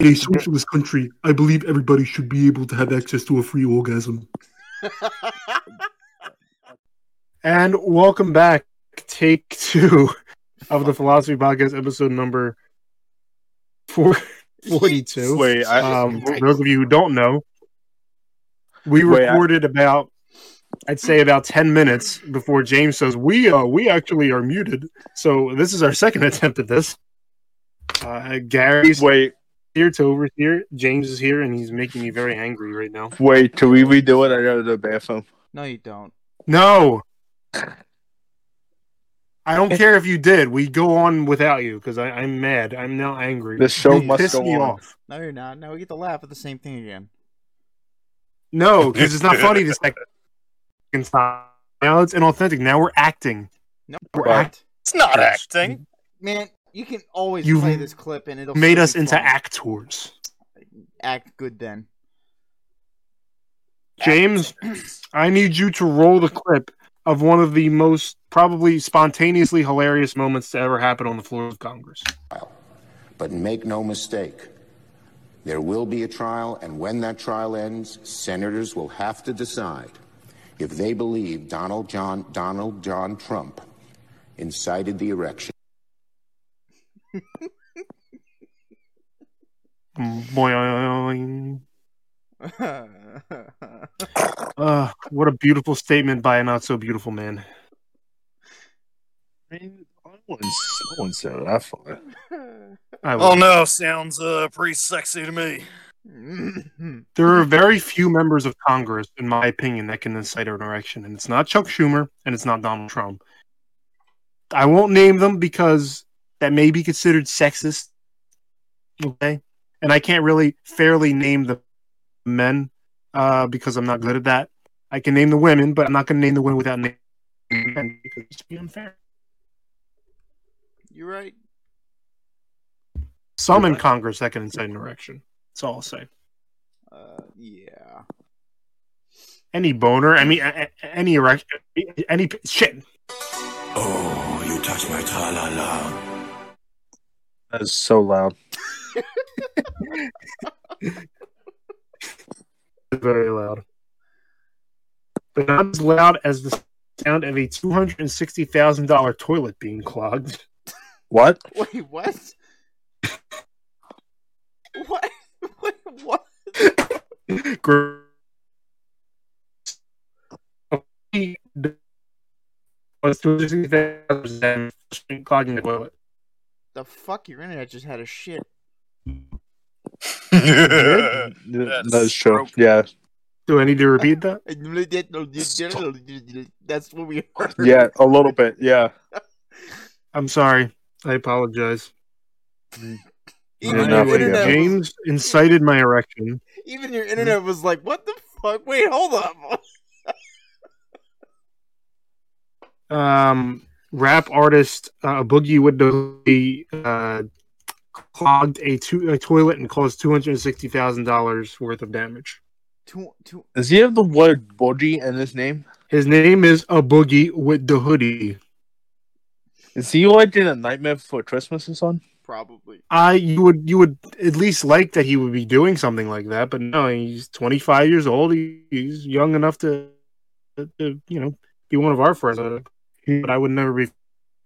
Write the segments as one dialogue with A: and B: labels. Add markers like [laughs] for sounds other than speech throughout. A: a socialist country, I believe everybody should be able to have access to a free orgasm.
B: And welcome back, take two [laughs] of the Philosophy Podcast, episode number four- [laughs] 42.
C: Wait, I,
B: Um, for those of you who don't know, we
C: Wait, I-
B: recorded about, I'd say, about 10 minutes before James says, We uh, we actually are muted. So this is our second attempt at this. Uh, Gary's
C: wait,
B: here to over here. James is here, and he's making me very angry right now.
C: wait. Till we redo it, I go to the bathroom.
D: No, you don't.
B: No. I don't care if you did. We go on without you because I'm mad. I'm now angry.
C: The show
B: You
C: must
B: piss
C: go
B: me
C: on.
B: off.
D: No, you're not. Now we get to laugh at the same thing again.
B: No, because it's
C: [laughs]
B: not funny this second time. Now it's inauthentic. Now we're acting.
D: No,
B: We're
D: we're
B: act-
D: not.
E: It's not acting.
D: Man, you can always
B: You've
D: play this clip and it'll
B: Made
D: still
B: us
D: be
B: into
D: fun.
B: actors.
D: Act good then. [laughs]
B: James, I need you to roll the clip of one of the most probably spontaneously hilarious moments to ever happen on the floor of Congress.
F: But make no mistake, there will be a trial, and when that trial ends, senators will have to decide if they believe Donald John, Donald John Trump incited the erection.
B: Boing. Uh, what a beautiful statement by a not so beautiful man.
C: No one said that far.
B: I will.
E: Oh
G: Um,
E: no, sounds uh, pretty sexy to [laughs] me.
B: There are very few members of Congress, in my opinion, that can incite an erection, and it's not Chuck Schumer and it's not Donald Trump. I won't name them because that may be considered sexist. Okay, and I can't really fairly name the men uh, because I'm not good at that. I can name the women, but I'm not going to name the women without naming the men because it's be unfair.
D: you're right.
B: Some in Congress that can incite an erection. That's all I'll say.
D: Uh, yeah.
B: any boner, I mean, a- a- any erection, any p- shit.
F: Oh, you touch my tra la la.
C: That is so loud.
B: Very loud, but not as loud as the sound of a two hundred and sixty thousand dollar toilet being clogged. [laughs]
C: What?
D: Wait, what? what? [laughs] Wait, what?
B: Gr- Was two hundred sixty thousand clogging the toilet.
D: The fuck? Your internet just had a shit.
C: Th-
E: That's
C: [laughs] that is true.
E: broken.
C: Yeah,
B: Do I need to repeat that?
D: That's what we heard.
C: yeah, a little bit. Yeah.
B: I'm sorry. I apologize.
D: Even
C: Yeah,
D: your
C: no,
D: internet, was-
B: James incited my erection.
D: even your internet was like, "What the fuck? Wait, hold up."
B: um, rap artist uh, Boogie Woodley uh, clogged a, to- a toilet and caused two hundred sixty thousand dollars worth of damage.
D: [laughs] Two, two.
C: Does he have the word "budgie" in his name?
B: His name is a Boogie with the hoodie.
C: Is he like in a Nightmare Before Christmas or something?
D: Probably.
B: I you would you would at least like that he would be doing something like that, but no, he's twenty five years old. He, he's young enough to, to you know be one of our friends. uh, But I would never be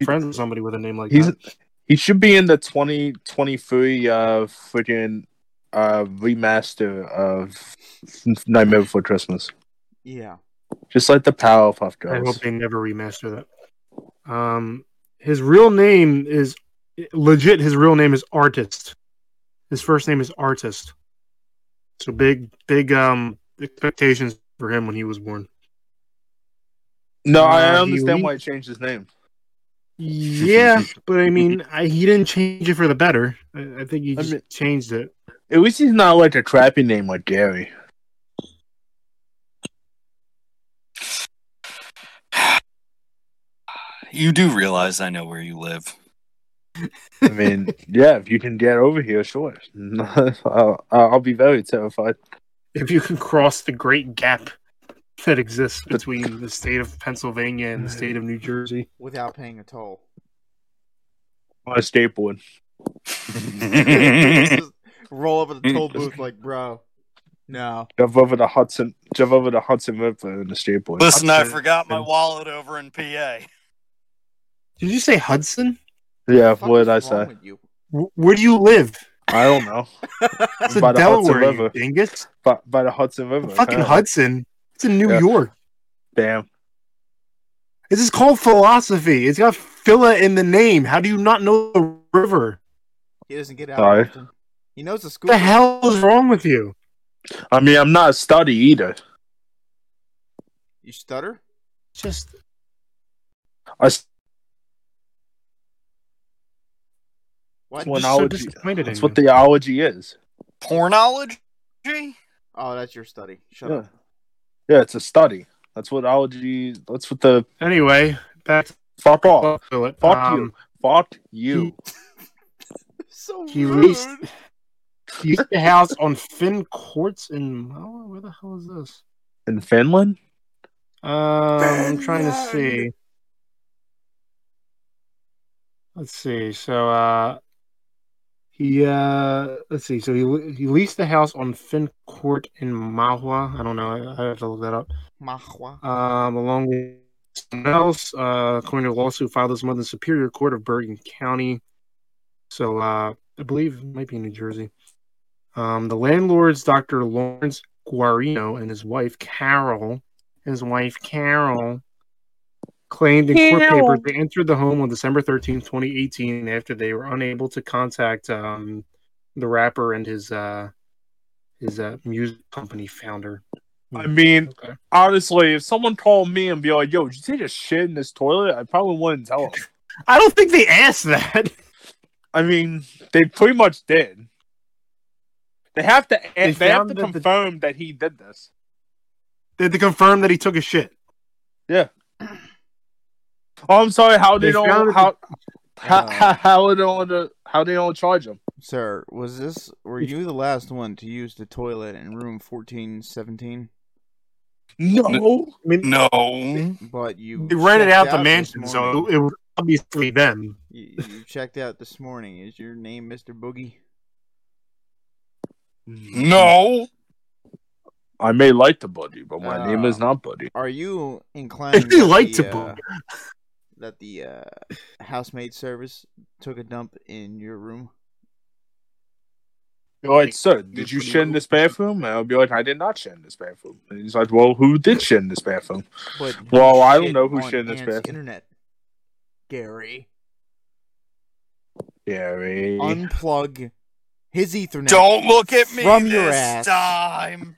B: friends with somebody with a name like
C: He's
B: that.
C: he should be in the twenty twenty three uh freaking uh remaster of Nightmare Before Christmas,
D: Yeah.
C: just like the Powerpuff
B: I
C: Girls.
B: hope they never remaster that. Um, his real name is legit. His real name is Artist. His first name is Artist. So big, big um expectations for him when he was born.
C: No, I
B: Uh,
C: understand
D: E?
B: Huey?
C: why he changed his name.
B: Yeah, but I [laughs] mean, I, he didn't change it for the better. I, I think he
C: I
B: just
C: mean-
B: changed it.
C: At least he's not like a crappy name like Gary.
E: You do realize I know where you [laughs] live.
C: I
D: [laughs]
C: mean, yeah, if you can get over here, sure. [laughs] I'll, I'll be very terrified.
B: If you can cross the great gap that exists between the state of Pennsylvania and the state of New Jersey,
D: Without paying
C: [laughs]
D: a toll.
C: On a skateboard.
D: This is- roll up at the
E: Mm.
D: toll booth like, bro, no.
C: Jump over the Hudson. Jump over the Hudson River in the street boys.
E: Listen, I
B: Hudson.
E: forgot my wallet over in PA.
B: Did you say Hudson?
C: Yeah,
D: Fuck
C: what
D: is
C: did I
D: wrong
C: say?
D: with you?
B: W- where do you live?
C: I don't
D: [laughs]
C: know.
B: It's in
C: By the Hudson
B: Delaware, you
C: River.
B: dingus.
C: By, by the Hudson River.
B: Fucking
C: apparently.
B: Hudson. It's in New
C: Yeah.
B: York.
C: Damn.
B: This is called philosophy. It's got Phila in the name. How do you not know the river?
D: He doesn't get out.
C: Sorry.
D: often. He knows the school.
B: What the hell is wrong with you?
C: I mean, I'm not a study either.
D: You stutter?
B: Just
C: I s-
D: What?
B: I'm
C: Well,
B: just
C: now
B: so
C: it's-
B: disappointed in
C: that's
B: you.
C: what theology is.
E: Pornology?
D: Oh, that's your study. Shut
C: Yeah.
D: up. [laughs]
C: yeah, it's a study. That's what ology. That's what the
B: Anyway, that's
C: fuck off.
B: fuck Philip.
C: Fuck
B: Um,
C: Fuck you.
D: So
B: He
D: rude.
B: leased- he used the house on Finn Courts in oh, where the hell is this?
C: In Finland.
B: Um, I'm trying to see.
D: Finland.
B: Let's see. So, uh, he uh, let's see. So he he leased the house on Finn Court in Mahwa. I don't know. I, I have to look that up.
D: Mahwa.
B: Um, along with someone else, uh, according to a lawsuit filed this month in Superior Court of Bergen County. So, uh, I believe it might be in New Jersey. Um, the landlords, Dr. Lawrence Guarino, and his wife Carol, his wife Carol, claimed in court papers they entered the home on December thirteenth, 2018, after they were unable to contact um, the rapper and his uh, his uh, music company founder.
C: I mean,
B: Okay.
C: honestly, if someone called me and be like, "Yo, did you take a shit in this toilet?" I probably wouldn't tell them.
B: I don't think they asked that.
C: I mean, they pretty much did. They have to. They, have
B: found
C: to
B: that the-
C: confirm that he did this.
B: They had to confirm that he took a shit.
C: Oh, I'm sorry. How they,
B: They
C: don't
B: found
C: how, how,
D: Uh,
C: how how they don't how they don't charge him?
D: Sir, was this were you the last one to use the toilet in room fourteen seventeen?
C: No,
B: I mean,
E: No.
D: But you
B: they rented
D: checked
B: out the
D: this
B: mansion, so
D: morning.
B: it was obviously them.
D: you, you checked out this morning. Is your name Mr. Boogie?
E: No.
C: I may like the buddy, but my
D: Uh,
C: name is not buddy.
D: Are you inclined
B: They
D: that
B: like to
D: the,
B: boogie.
D: uh, that the uh, housemaid service took a dump in your room?
C: Be like, sir, did you shit in this bathroom? And I'll be like, I did not shit in this bathroom. And he's like, well, who did shit in this bathroom?
D: But
C: Well, I don't
D: shit
C: know who
D: on
C: shit in this
D: Ant's
C: bathroom.
D: Internet, Gary,
C: Gary.
D: unplug his Ethernet.
E: Don't look at me
D: From
E: this
D: your ass.
E: time.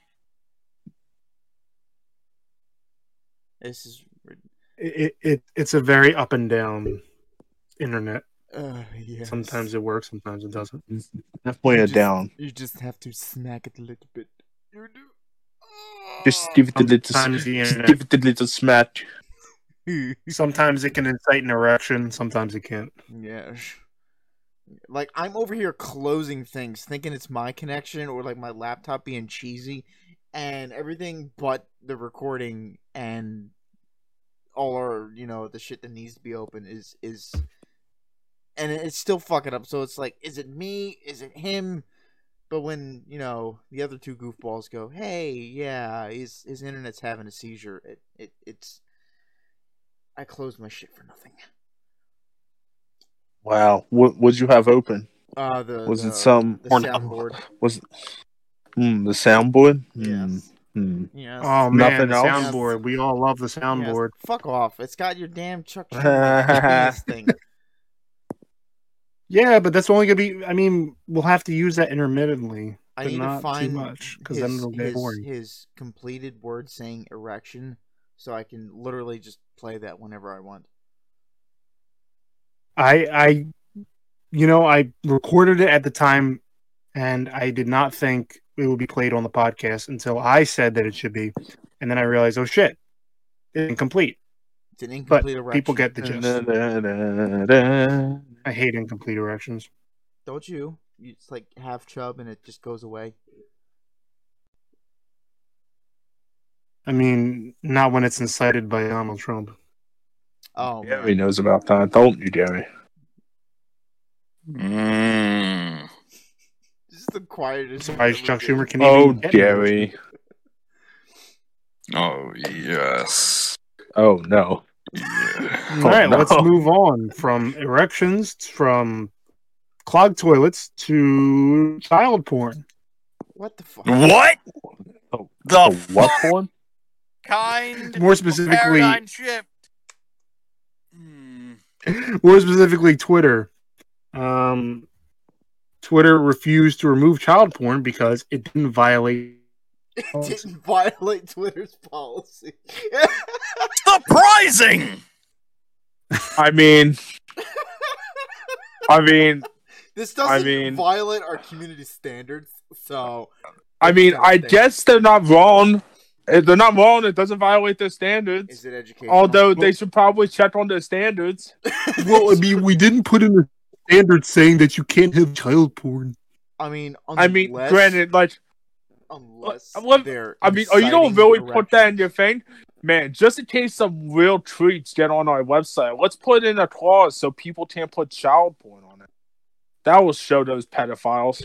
D: This is rid-
B: It, it, it's a very up and down internet.
D: uh, yes.
B: Sometimes it works, sometimes it doesn't.
C: Definitely a
D: Just-
C: down.
D: you just have to smack it a little bit. You do. Ah.
C: Just give it a little,
B: Sometimes the
C: just
B: internet.
C: give it a little smack.
D: [laughs]
B: Sometimes it can incite an erection. Sometimes it can't.
D: Yeah. [laughs] Like I'm over here closing things, thinking it's my connection or like my laptop being cheesy, and everything but the recording and all our you know the shit that needs to be open is is, and it's still fucking up. So it's like, is it me? Is it him? But when you know the other two goofballs go, hey, yeah, his his internet's having a seizure. It it it's. I closed my shit for nothing.
C: Wow. What would you have open?
D: Uh, the
C: Was
D: the,
C: it some
D: the
C: porn-
D: soundboard?
C: Was mm, the soundboard? Mm,
D: Yes.
C: mm.
D: Yes.
B: Oh man,
C: Nothing
B: the
C: else?
B: soundboard. We all love the
D: Yes.
B: soundboard.
D: Fuck off! It's got your damn Chuck Schumer penis thing.
B: Yeah, but that's only gonna be. I mean, we'll have to use that intermittently.
D: I
B: But
D: need
B: not
D: to
B: too
D: find
B: much, 'cause then
D: his-
B: it'll get
D: his-
B: boring.
D: His completed word saying erection, so I can literally just play that whenever I want.
B: I I you know, I recorded it at the time and I did not think it would be played on the podcast until I said that it should be. And then I realized, oh shit, it's incomplete.
D: It's an incomplete erection.
B: People get the gist. I hate incomplete erections.
D: don't you? You just like half chub and it just goes away.
B: I mean, not when it's incited by Donald Trump.
D: Oh,
C: Gary knows about that, don't you, Gary?
E: Mm.
D: Just the quietest.
B: Surprise, Chuck Schumer can
C: Oh,
B: even get
C: Jerry.
E: Oh yes.
C: Oh, [laughs] no. Oh,
E: Yeah.
B: All right,
C: no.
B: let's
C: [laughs]
B: move on from erections, from clogged toilets to child porn.
D: What the fuck?
E: What
C: Oh,
E: the
C: the what
E: fuck
C: porn?
E: [laughs] kind?
B: More
E: of
B: specifically-
E: paradigm shift. Hmm.
B: More specifically, Twitter. Um, Twitter refused to remove child porn because it didn't violate.
D: It [laughs] didn't violate Twitter's policy. [laughs]
E: Surprising.
C: I mean, I mean,
D: this doesn't
C: mean-
D: violate our community standards, so
C: I mean, I guess they're not wrong. If they're not wrong, it doesn't violate their standards.
D: is it educational?
C: Although they should probably check on their standards.
B: Well, I
D: [laughs]
B: mean, we didn't put in the standard saying that you can't have child porn.
D: I mean, unless,
C: I mean, granted, like,
D: unless
C: Look, I'm-
D: they're
C: I mean, oh, you don't
D: inciting
C: really put that in
D: erections.
C: your thing, man. Just in case some real treats get on our website, let's put in a clause so people can't put child porn on it. That will show those pedophiles.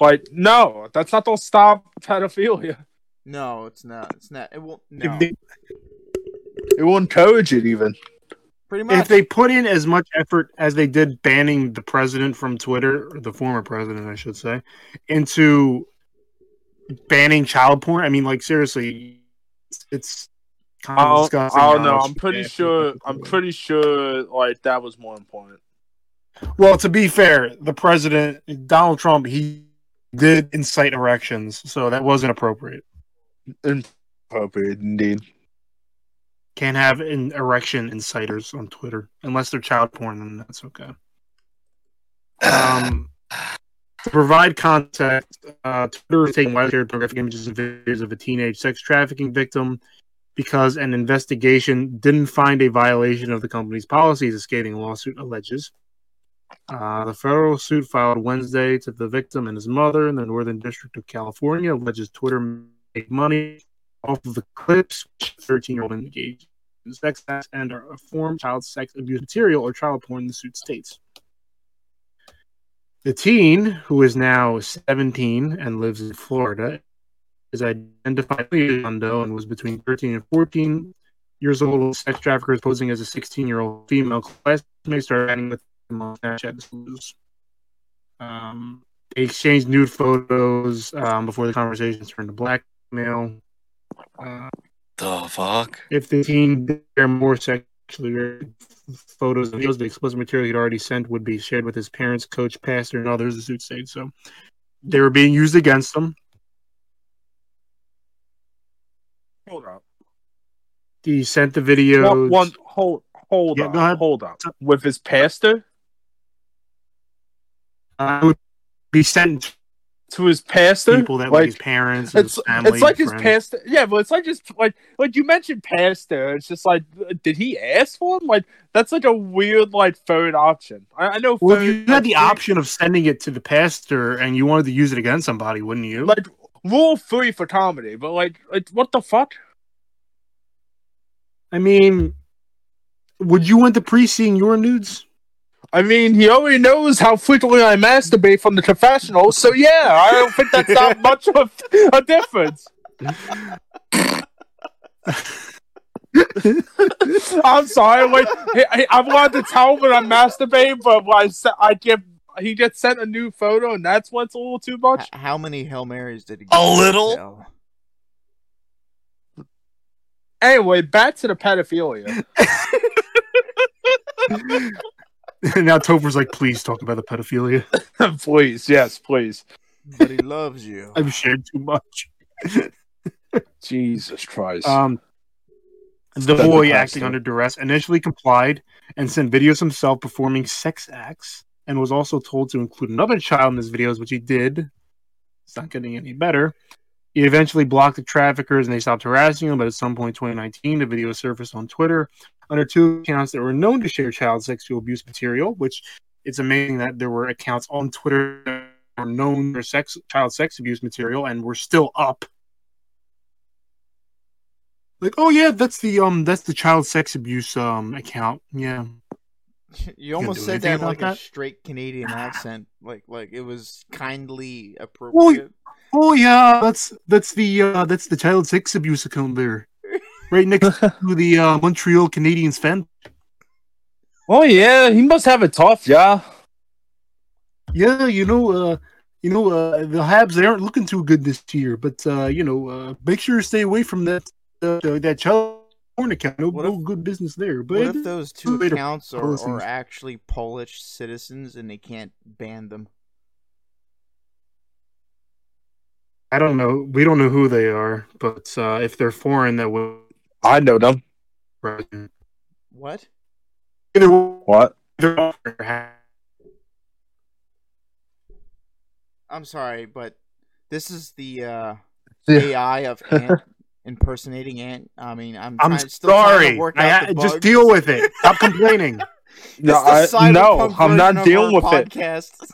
C: Like, no, that's not gonna stop pedophilia.
D: No, it's not. It's not. It won't. No.
B: If, they,
C: It will encourage it, even.
D: Pretty much.
B: if they put in as much effort as they did banning the president from Twitter, or the former president, I should say, into banning child porn, I mean, like seriously, it's, it's kind of
C: I don't,
B: disgusting.
C: I don't
B: how
C: know.
B: much
C: I'm pretty
B: they-
C: sure. I'm pretty sure. Like that was more important.
B: Well, to be fair, the president Donald Trump he did incite erections, so that wasn't appropriate.
C: Appropriate, indeed.
B: Can't have an erection inciters on Twitter unless they're child porn, then that's okay. Um, to provide context, uh, Twitter is taking wild-haired pornographic images and videos of a teenage sex trafficking victim because an investigation didn't find a violation of the company's policies, a scathing lawsuit alleges. Uh, the federal suit filed Wednesday to the victim and his mother in the Northern District of California alleges Twitter made money off of the clips which 13-year-old engaged in sex acts and are a form of child sex abuse material or child porn, the suit states. The teen, who is now 17 and lives in Florida, is identified as a Mondo and was between 13 and 14 years old when sex traffickers posing as a 16 year old female classmate started chatting with him on Snapchat. This was, Um, they exchanged nude photos um, before the conversations turned to blackmail. Uh,
E: The fuck?
B: if the teen did share more sexually oriented photos and videos, the explicit material he'd already sent would be shared with his parents, coach, pastor, and others, the suit said. So they were being used against them.
C: Hold up.
B: He sent the videos.
C: One, one- hold hold
B: Yeah,
C: on.
B: go ahead.
C: Hold on. With his pastor
B: Uh, it would be sent
C: to his
B: to
C: pastor.
B: people that were
C: like
B: his parents. and
C: it's
B: his family,
C: it's like his
B: friends.
C: pastor. Yeah, but it's like just like like you mentioned pastor. It's just like did he ask for him? Like that's like a weird like third option. I, I know.
B: Well,
C: third-
B: if you had the
C: like,
B: option of sending it to the pastor and you wanted to use it against somebody, wouldn't you?
C: like rule three for comedy, but like like what the fuck?
B: I mean, would you want the priest seeing your nudes? [laughs]
C: I mean, he already knows how frequently I masturbate from the confessional, so yeah, I don't think that's [laughs] that much of a difference. I'm sorry. Wait, I, I wanted to tell him when I'm masturbating, but I, se- I give he gets sent a new photo, and that's what's a little too much.
D: H- how many hail marys did he?
E: A
D: get?
E: little?
D: No.
C: Anyway, back to the pedophilia.
B: now Topher's like, please talk about the pedophilia.
C: [laughs] please, yes, please.
D: But he loves
C: [laughs]
D: you.
B: I've shared too much.
C: Jesus Christ.
B: Um, the
C: That's
B: boy
C: the
B: acting
C: costume.
B: under duress initially complied and sent videos himself performing sex acts and was also told to include another child in his videos, which he did. It's not getting any better. He eventually blocked the traffickers and they stopped harassing him, but at some point in 2019, the video surfaced on Twitter under two accounts that were known to share child sexual abuse material, which it's amazing that there were accounts on Twitter that were known for sex child sex abuse material and were still up like oh yeah that's the um that's the child sex abuse um account yeah
D: [laughs] You almost
B: do
D: said
B: anything
D: that in
B: about
D: like a
B: that?
D: straight Canadian accent, like like it was kindly
B: Well,
D: appropriate.
B: you- Oh yeah, that's that's the uh, that's the child sex abuse account
D: [laughs]
B: there, right next to the uh, Montreal Canadiens fan.
C: [laughs] Oh yeah, he must have it tough, yeah.
B: Yeah, you know, uh, you know, uh, the Habs they aren't looking too good this year, but uh, you know, uh, make sure you stay away from that uh, that child porn account. No,
D: What
B: no good business there. But
D: What if those two
B: later
D: accounts are,
B: policies.
D: are actually Polish citizens and they can't ban them?
B: I don't know. We don't know who they are, but uh, if they're foreign, that would.
C: I know them.
B: Either
D: What?
C: What?
B: either-
D: I'm sorry, but this is the uh,
C: [laughs] Yeah.
D: AI
C: [laughs]
D: of Ant impersonating Ant. I mean, I'm
B: I'm
D: trying- still trying to
B: sorry.
D: work
B: I-
D: out
B: I-
D: the
B: just
D: bugs.
B: deal with it.
D: [laughs]
B: Stop complaining.
D: It's
C: No,
D: the
C: I, no
D: cyberpunk
C: I'm
D: version
C: not
D: of
C: dealing
D: our
C: with it.
D: podcast.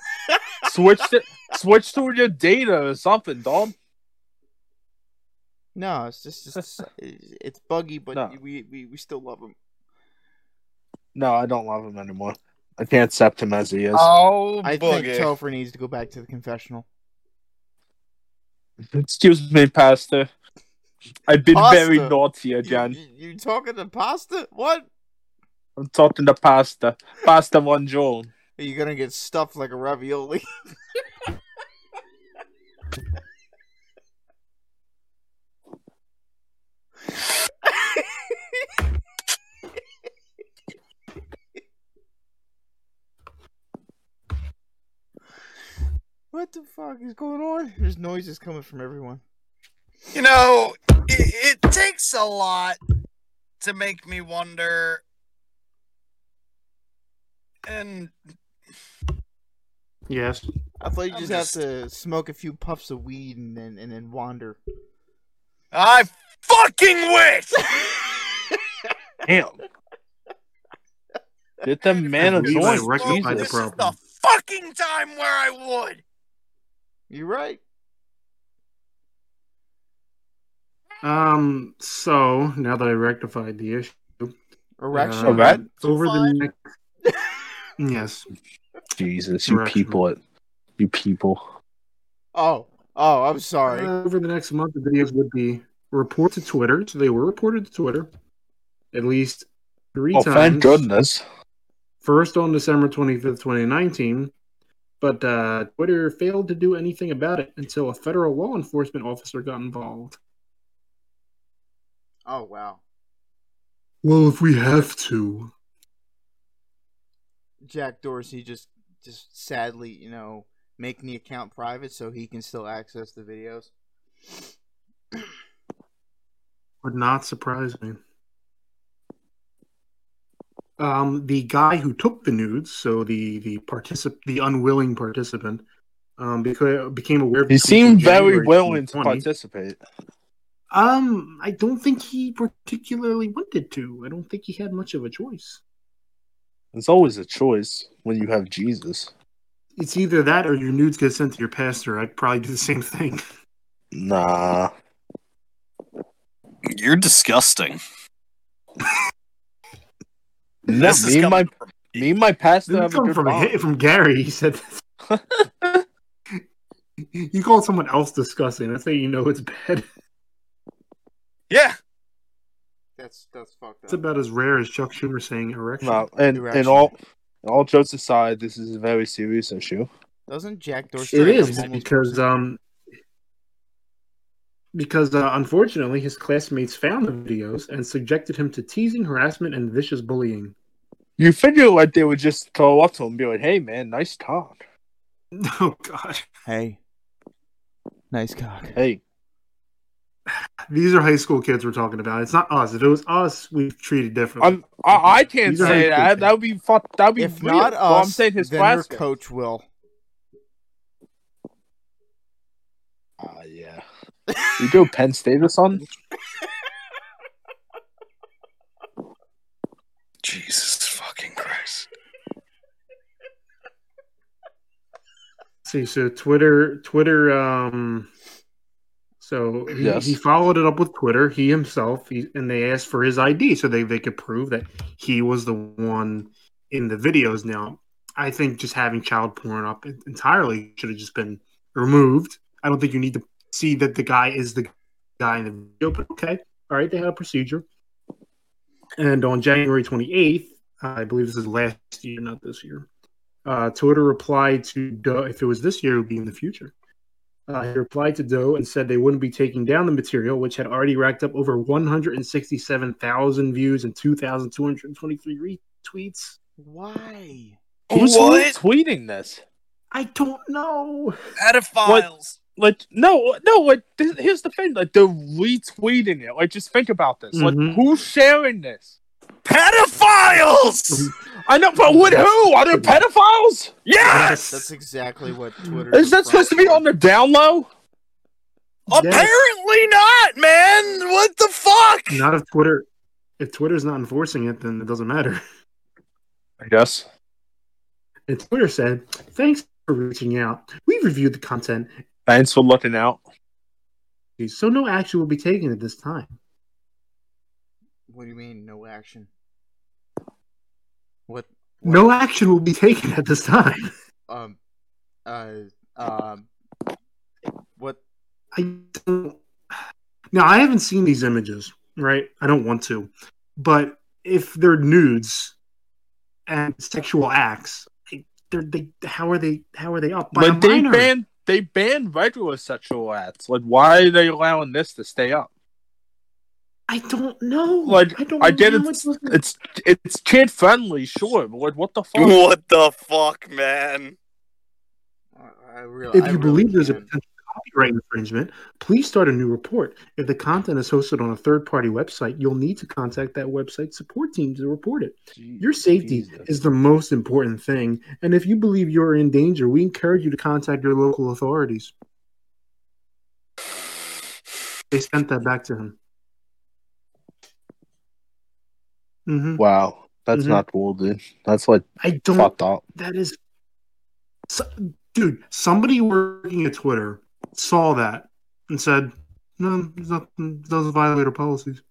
C: Switch it. Switch to your data or something, dog.
D: [laughs] No, it's just it's, it's buggy, but
C: No.
D: we, we we still love him.
C: No, I don't love him anymore. I can't accept him as he is.
D: Uh,
E: Oh,
D: I think
E: boogie.
D: Topher needs to go back to the confessional.
C: Excuse me, Pastor. I've been
D: Pastor.
C: very naughty
D: You-
C: again.
D: You, you talking to pasta? What?
C: I'm talking to Pastor. Pastor Von Joel.
D: Are you gonna get stuffed like a ravioli? [laughs] what the fuck is going on? There's noises coming from everyone.
E: You know, it, it takes a lot to make me wonder. And
B: yes.
D: I thought you
E: I'm
D: just,
E: just-
D: have to smoke a few puffs of weed and then and
E: [laughs]
D: then wander.
E: I fucking wish.
C: Damn. Get the man a
B: believe I
C: joint.
E: This
B: recognize
E: is the-
B: the
E: this is the
B: problem.
E: fucking time where I would.
D: You're right.
B: Um. So now that I rectified the issue,
D: Erection.
B: uh,
C: Alright.
B: over the next.
D: [laughs]
B: Yes.
C: Jesus,
B: you Directional. people
C: It. You people.
D: Oh, oh, I'm sorry.
B: Uh, over the next month, the videos would be reported to Twitter. So they were reported to Twitter at least three
C: Oh,
B: times.
C: thank goodness.
B: First on December 25th, 2019. But uh, Twitter failed to do anything about it until a federal law enforcement officer got involved.
D: oh wow,
A: Well, if we have to,
D: Jack Dorsey just just sadly, you know, making the account private so he can still access the videos.
B: Would not surprise me. Um, the guy who took the nudes, so the the particip- the unwilling participant, um, beca- became aware. of
C: He
B: the tweets in
C: seemed very
B: January
C: willing to
B: 2020.
C: participate.
B: Um, I don't think he particularly wanted to. I don't think he had much of a choice.
C: It's always a choice when you have Jesus.
B: It's either that or your nudes get sent to your pastor. I'd probably do the same thing. [laughs]
C: Nah.
E: You're disgusting.
C: No, me and my me and my pastor
B: Didn't
C: have a
B: come
C: good
B: from
C: bond.
B: Ga- from Gary.
C: [laughs]
B: He said this. [laughs] you call someone else disgusting. That's how you know it's bad.
E: Yeah.
D: That's that's fucked
B: It's about as rare as Chuck Schumer saying erection.
C: No, and and
D: Direction.
C: all and all jokes aside, this is a very serious issue.
D: Doesn't Jack Dorsey?
B: It
D: like a
B: is
D: homeless
B: because
D: person?
B: um because uh, unfortunately his classmates found the videos and subjected him to teasing, harassment, and vicious bullying.
C: You figure like they would just throw up to him and be like, "Hey man, nice talk.
B: [laughs] Oh God!
D: hey, nice cock.
C: Hey,
B: These are high school kids we're talking about. It's not us. If it was us, we'd treat it differently.
C: I'm I, I can't
B: These are
C: say
B: high school
C: that. That would be fuck. That would be
D: If
C: weird.
D: not us,
C: Well, I'm saying his
D: then your
C: class
D: coach will.
C: Ah yeah. [laughs] You go Penn State or something?
E: Jesus fucking Christ.
B: See, so Twitter, Twitter. Um, so he,
C: Yes.
B: he followed it up with Twitter. He himself, he, and they asked for his ID so they they could prove that he was the one in the videos now. I think just having child porn up entirely should have just been removed. I don't think you need to see that the guy is the guy in the video, but okay. All right, they had a procedure. And on January 28th, I believe this is last year, not this year, uh, Twitter replied to Doe. If it was this year, it would be in the future. Uh, he replied to Doe and said they wouldn't be taking down the material, which had already racked up over 167,000 views and 2,223 retweets.
D: Why?
C: Who's
E: What?
C: tweeting this?
B: I don't know.
E: Pedophiles.
C: Like, no, no. Like, this, here's the thing. Like, they're retweeting it. Like, just think about this.
B: Mhm.
C: Like, who's sharing this? [laughs]
E: Pedophiles.
C: I know, but with who? Are there pedophiles?
E: Yes.
D: That's exactly what Twitter
C: Is that supposed to be on the down low?
E: Apparently not, man. What the fuck?
B: Not if Twitter, if Twitter's not enforcing it, then it doesn't matter.
C: I guess.
B: And Twitter said, "Thanks for reaching out. We reviewed the content,
C: Thanks for looking out.
B: so no action will be taken at this time."
D: What do you mean, no action? What?
B: No action will be taken at this time.
D: Um. Uh. Um. What?
B: I don't. Now I haven't seen these images, right? I don't want to, but if they're nudes and sexual acts, they- they're they. How are they? How are they up by a
C: Like they
B: minor?
C: banned they banned regular sexual acts. Like why are they allowing this to stay up?
B: I don't know.
C: Like,
B: I don't.
C: I get
B: know
C: it.
B: how it's looking-
C: It's it's kid friendly, sure, but like what the fuck?
E: What the fuck, man?
D: I, I really,
B: If
D: I
B: you
D: really
B: believe there's a
D: can't.
B: potential copyright infringement, please start a new report. If the content is hosted on a third party website, you'll need to contact that website support team to report it. Your safety is the most important thing, and if you believe you're in danger, we encourage you to contact your local authorities. They sent that back to him. hmm
C: Wow. That's
B: Mhm.
C: not cool, dude. That's like
B: I don't
C: up.
B: that is, so, dude. Somebody working at Twitter saw that and said, "No, there's nothing. Doesn't violate our policies.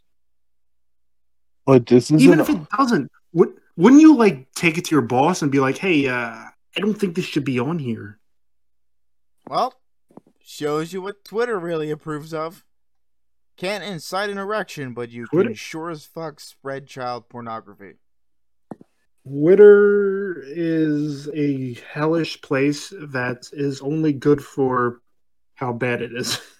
C: Like this
B: Even if it doesn't, would wouldn't you like take it to your boss and be like, hey, uh, I don't think this should be on here.'
D: Well, shows you what Twitter really approves of. Can't incite an erection, but you
B: Twitter-
D: can sure as fuck spread child pornography.
B: Twitter is a hellish place that is only good for how bad it is. [laughs]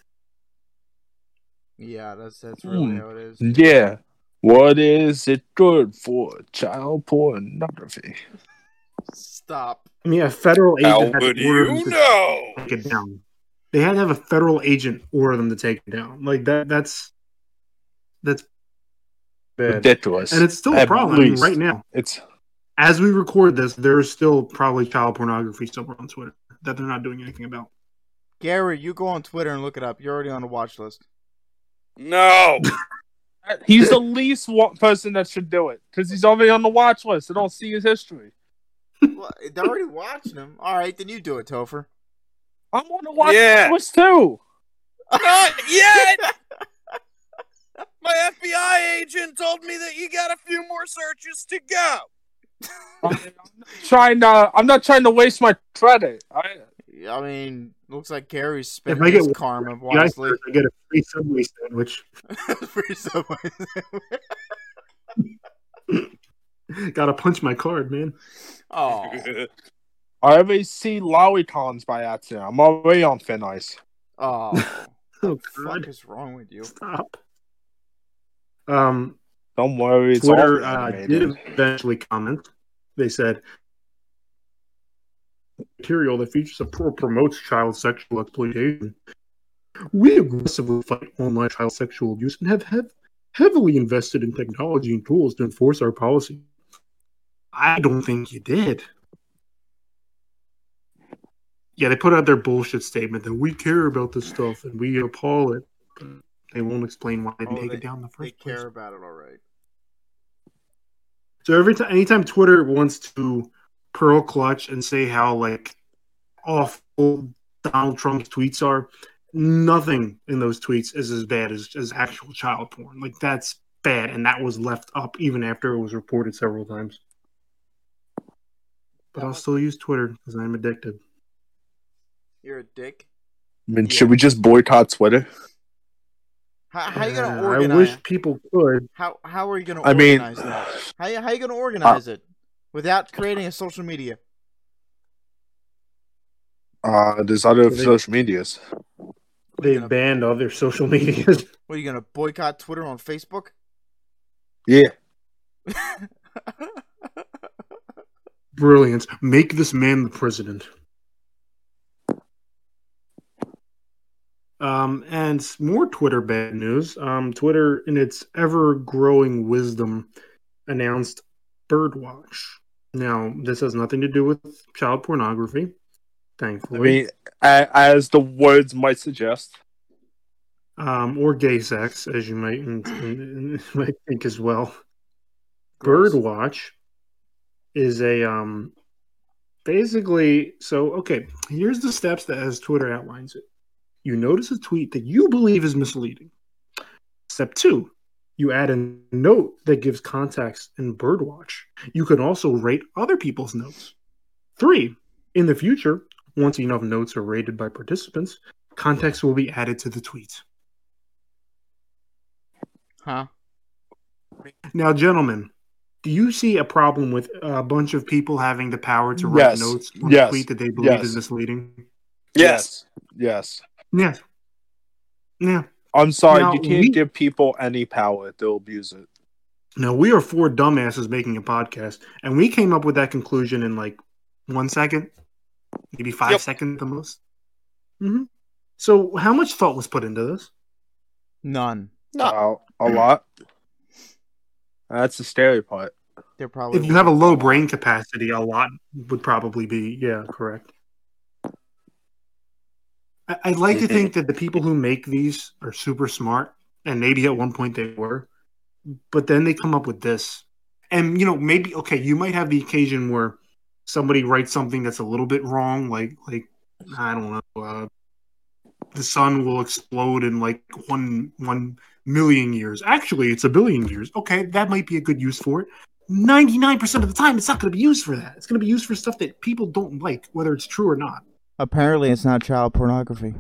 D: Yeah, that's that's really
C: Hmm.
D: how it is.
C: Yeah. What is it good for? Child pornography.
D: Stop.
B: I mean, a federal
E: How
B: agent had to
E: would
B: order them
E: you
B: to
E: know?
B: take it down. They had to have a federal agent order them to take it down. Like that. That's that's bad,
C: Ridiculous.
B: and it's still a
C: At
B: problem I mean,
C: least.
B: right now.
C: it's
B: As we record this, there's still probably child pornography somewhere on Twitter that they're not doing anything about.
D: Gary, you go on Twitter and look it up. You're already on the
B: [laughs]
D: watch list.
E: No.
C: he's the least one person that should do it because he's already on the watch list. I don't see his history.
D: well, they're already watching him. All right, then you do it, Topher.
C: I'm on the watch
E: Yeah.
C: list too.
E: Not
G: [laughs]
E: yet. My FBI agent told me that you got a few more searches to go.
C: I'm not trying to. I'm not trying to waste my credit. I,
D: I mean, looks like Gary's spending
B: I get
D: his
B: one-
D: karma
B: Yeah, I
D: wisely.
B: I get a free subway sandwich.
D: [laughs]
B: [laughs]
D: For someone.
B: Gotta punch my card, man.
D: oh,
C: I already see lolicons by accident. I'm already on thin ice.
B: [laughs]
D: oh,
B: Oh
D: fuck
B: God,
D: is wrong with you?
B: stop. Um,
C: Don't worry. It's all
B: Twitter uh, did
C: animated.
B: eventually comment. They said material that features a pro- promotes child sexual exploitation. We aggressively fight online child sexual abuse and have, have heavily invested in technology and tools to enforce our policy. I don't think you did. Yeah, they put out their bullshit statement that we care about this stuff and we appall it. But they won't explain why they didn't
D: Oh,
B: take it down in the first
D: They
B: place.
D: care about it, all right.
B: So every time, anytime Twitter wants to pearl clutch and say how like awful Donald Trump's tweets are, nothing in those tweets is as bad as, as actual child porn. Like that's bad, and that was left up even after it was reported several times. but I'll still use Twitter because I'm addicted.
D: You're a dick.
H: mean, should we just boycott Twitter?
D: How, how you
B: Uh,
D: gonna
B: I
D: organize?
B: wish people could.
D: How how are you gonna
H: I mean,
D: organize that?
B: [sighs]
D: How you- how you
B: Uh,
D: gonna organize it without creating a social media?
H: uh, there's other social medias.
B: They banned all their social [laughs] medias.
D: What are you gonna boycott Twitter on Facebook? [laughs]
H: Yeah,
A: Brilliant. Make this man the president.
B: Um, and s- more Twitter bad news. Um, Twitter, in its ever growing wisdom, announced Birdwatch. Now, this has nothing to do with child pornography,
H: I
B: thankfully,
H: mean,
C: A- as the words might suggest.
B: um, or gay sex, as you might, [laughs] might think as well.
D: Gross.
B: Birdwatch is a um basically so okay, here's the steps that as Twitter outlines it. You notice a tweet that you believe is misleading. Step 2, you add a note that gives context in Birdwatch. You can also rate other people's notes. 3, in the future, once enough notes are rated by participants, context will be added to the tweet.
D: Huh?
B: Now, gentlemen, do you see a problem with a bunch of people having the power to
H: Yes.
B: write notes on
H: Yes.
B: a tweet that they believe
H: Yes.
B: is misleading?
H: yes, yes.
B: Yeah. Yeah.
C: I'm sorry,
B: Now,
C: you can't
B: we-
C: give people any power; they'll abuse it.
B: Now, we are four dumbasses making a podcast, and we came up with that conclusion in like one second, maybe five
E: Yep.
B: seconds at the most. hmm So, how much thought was put into this?
D: None.
H: Uh, a
B: Mm.
H: lot. That's the scary part.
D: They're probably.
B: If you have a low brain capacity, a lot would probably be yeah, correct. I- I'd like to think that the people who make these are super smart, and maybe at one point they were, but then they come up with this, and you know maybe okay, you might have the occasion where somebody writes something that's a little bit wrong, like like I don't know, uh, the sun will explode in like one one million years. Actually, it's a billion years. Okay, that might be a good use for it. 99% of the time, it's not going to be used for that. It's going to be used for stuff that people don't like, whether it's true or not.
D: Apparently, it's not child pornography.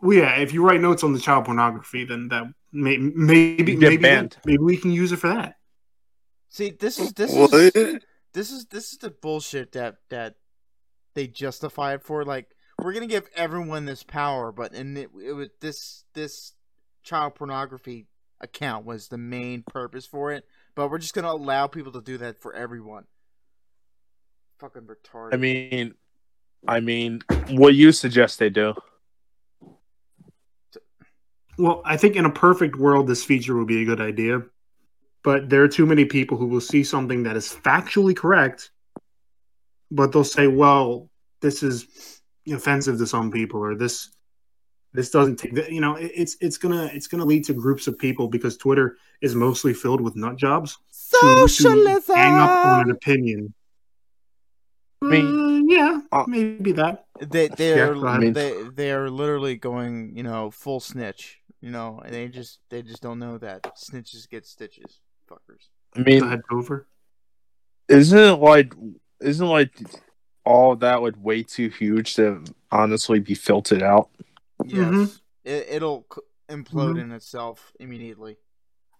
B: Well, yeah, if you write notes on the child pornography, then that may, maybe
C: You get
B: maybe then-
C: banned.
B: maybe we can use it for that.
D: See, this is this
E: What?
D: is this is this is the bullshit that that they justify it for. Like, we're gonna give everyone this power, but and it, it was this this child pornography account was the main purpose for it. But we're just gonna allow people to do that for everyone. Fucking retarded.
H: I mean,
C: I mean, what you suggest they do?
B: Well, I think in a perfect world, this feature would be a good idea. But there are too many people who will see something that is factually correct, but they'll say, well, this is offensive to some people, or this this doesn't take you know it- it's it's gonna it's gonna lead to groups of people because twitter is mostly filled with nut jobs to- to hang up on an opinion.
H: mean-
B: Uh, yeah,
H: Uh,
B: maybe that.
D: They they're
B: go
H: ahead.
D: they they're literally going you know full snitch you know and they just they just don't know that snitches get stitches fuckers.
H: I
B: Go
H: mean,
B: ahead, over.
H: isn't it like, isn't like all that like way too huge to honestly be filtered out?
D: Yes,
H: Mm-hmm.
B: Mhm.
D: it, it'll c- implode in itself immediately.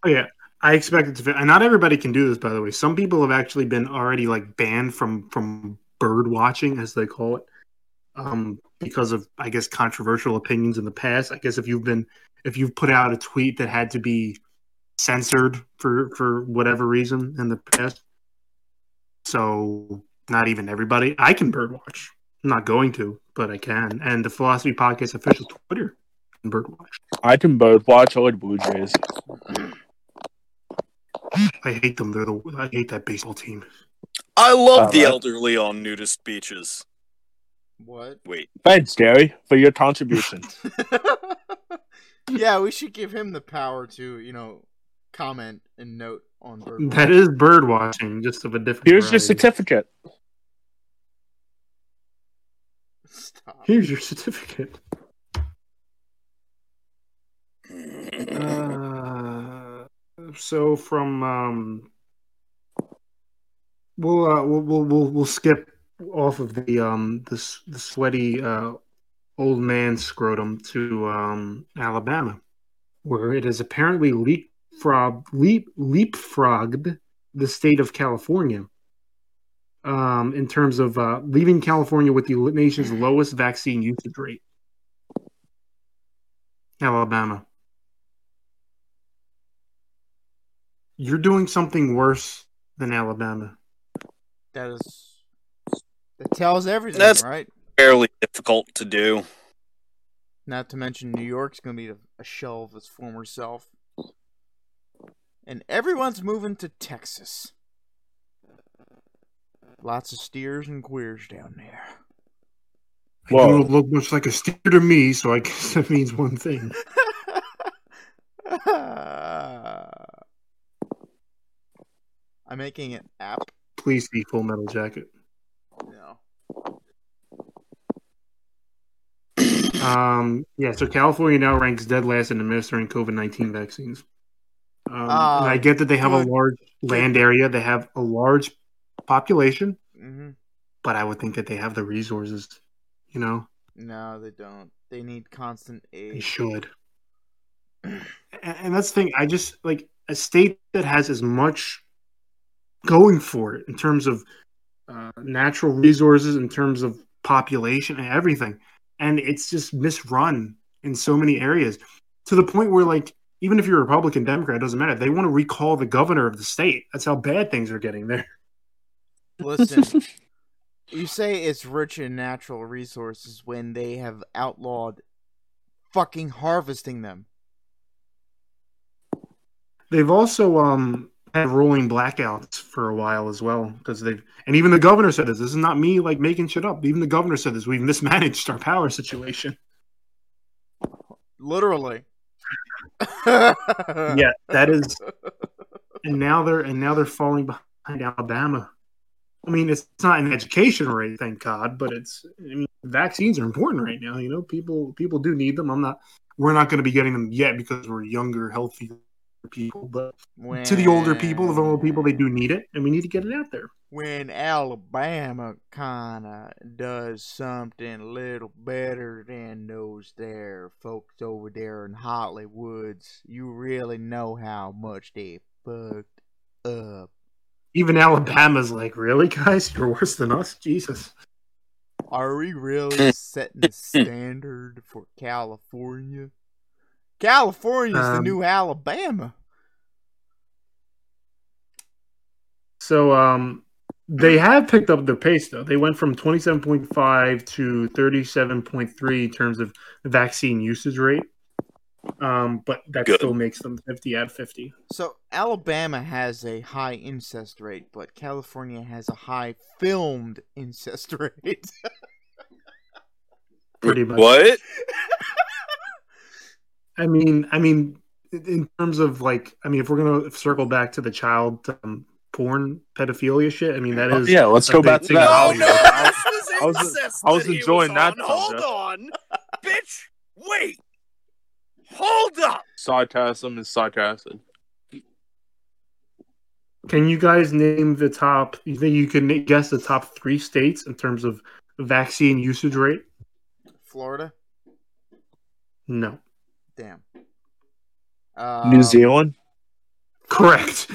B: Oh yeah, I expect it to. fit- And not everybody can do this, by the way. Some people have actually been already like banned from from bird watching, as they call it, um, because of I guess controversial opinions in the past. I guess if you've been if you've put out a tweet that had to be censored for for whatever reason in the past, so not even everybody. I can bird watch. I'm not going to, but I can. And the Philosophy Podcast official Twitter can bird watch.
H: I can both watch old Blue Jays.
B: I hate them. They're the I hate that baseball team.
G: I love the
H: Alright.
G: elderly on nudist beaches.
D: What? [laughs]
G: Wait,
H: Thanks, Gary, for your
B: [laughs]
H: contribution.
D: yeah, we should give him the power to you know comment and note on
B: [laughs]
D: bird.
B: That
D: [laughs]
B: is bird watching, just of a different.
H: Here's your
B: variety.
H: certificate.
D: Stop.
B: Here's your certificate. Uh, so from um, We'll, uh, we'll we'll we'll we'll skip off of the um the s- the sweaty uh, old man scrotum to um Alabama, where it has apparently leapfrog leap leapfrogged the state of California. Um, in terms of uh, leaving California with the nation's lowest vaccine usage rate, Alabama. You're doing something worse than Alabama.
D: That is. That tells everything,
G: That's-
D: right?
G: Fairly difficult to do.
D: Not to mention New York's going to be a, a shell of its former self. And everyone's moving to Texas. Lots of steers and queers down there. [laughs]
A: You don't look much like a steer to me, so
B: [laughs]
A: I guess that means one thing.
D: I'm making an app
B: Please see Full Metal Jacket.
D: now.
B: Um, yeah, so California now ranks dead last in administering COVID 19 vaccines. Um,
D: Ah,
B: and I get that they have
D: good.
B: a large land area, they have a large population,
D: hmm
B: but I would think that they have the resources. You know,
D: No, they don't. They need constant
B: they
D: aid.
B: should. and, and that's the thing. I just like a state that has as much going for it in terms of uh, natural resources, in terms of population and everything. And it's just misrun in so many areas to the point where, like, even if you're a Republican, Democrat, it doesn't matter. They want to recall the governor of the state. That's how bad things are getting there.
D: Listen,
B: [laughs]
D: you say it's rich in natural resources when they have outlawed fucking harvesting them.
B: They've also um, had rolling blackouts for a while as well because they've and even the governor said this. This is not me like making shit up. Even the governor said this. We've mismanaged our power situation.
D: Literally. [laughs]
B: Yeah, that is. [laughs] And now they're and now they're falling behind Alabama. I mean, it's not an education rate, thank God, but it's. I mean, vaccines are important right now. You know, people people do need them. I'm not. We're not going to be getting them yet because we're younger, healthier people. But to the older people, the vulnerable people, they do need it, and we need to get it out there.
D: when Alabama kinda does something little better than those there folks over there in Hollywoods, you really know how much they fucked up.
B: Even Alabama's like, really, guys? You're worse than us? Jesus.
D: Are we really setting the standard for California? California's the
B: Um,
D: new Alabama.
B: So um, they have picked up their pace, though. They went from 27.5 to 37.3 in terms of vaccine usage rate. Um, but that
G: Good.
B: still makes them 50 out of 50.
D: So Alabama has a high incest rate, but California has a high filmed incest [laughs] rate.
B: Pretty much.
G: What?
B: I mean, I mean, in terms of like, I mean, if we're gonna circle back to the child um, porn pedophilia shit, I mean,
G: Oh,
B: that is
H: yeah, let's
B: a
H: go
B: big
H: back to
B: thing.
H: that.
E: No,
B: Oh,
E: no,
B: yeah.
E: this was
H: I was-
E: incest
H: I was
E: that he
H: enjoying
E: on.
H: that
E: Hold
H: subject.
E: on, bitch. Wait. Hold up.
H: Sarcasm is sarcasm.
B: Can you guys name the top? You think you can guess the top three states in terms of vaccine usage rate?
D: Florida?
B: No.
D: Damn.
B: Um,
D: Uh,
H: New Zealand.
B: Correct.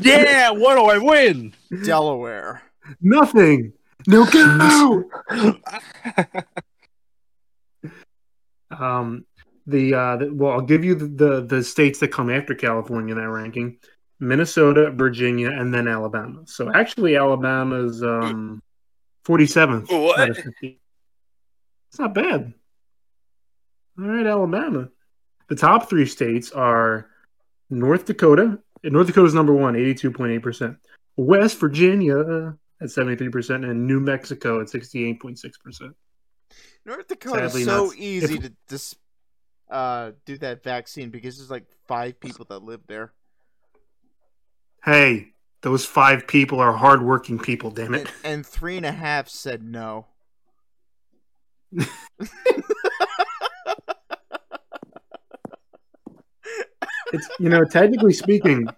C: Yeah, what do I win?
D: [laughs] Delaware.
B: Nothing. No go. [laughs] um, the uh, the, well, I'll give you the, the the states that come after California in that ranking: Minnesota, Virginia, and then Alabama. So actually, Alabama's um, forty seventh.
G: What?
B: It's not bad. All right, Alabama. The top three states are North Dakota. and North Dakota's number one, 82.8%. West Virginia at 73%, and New Mexico at 68.6%.
D: North Dakota's
B: Sadly
D: so
B: not.
D: easy to dis- uh, do that vaccine because there's like five people that live there.
B: Hey, those five people are hardworking people, damn
D: [laughs] And,
B: it.
D: and three and a half said no.
B: It's, you know, technically speaking,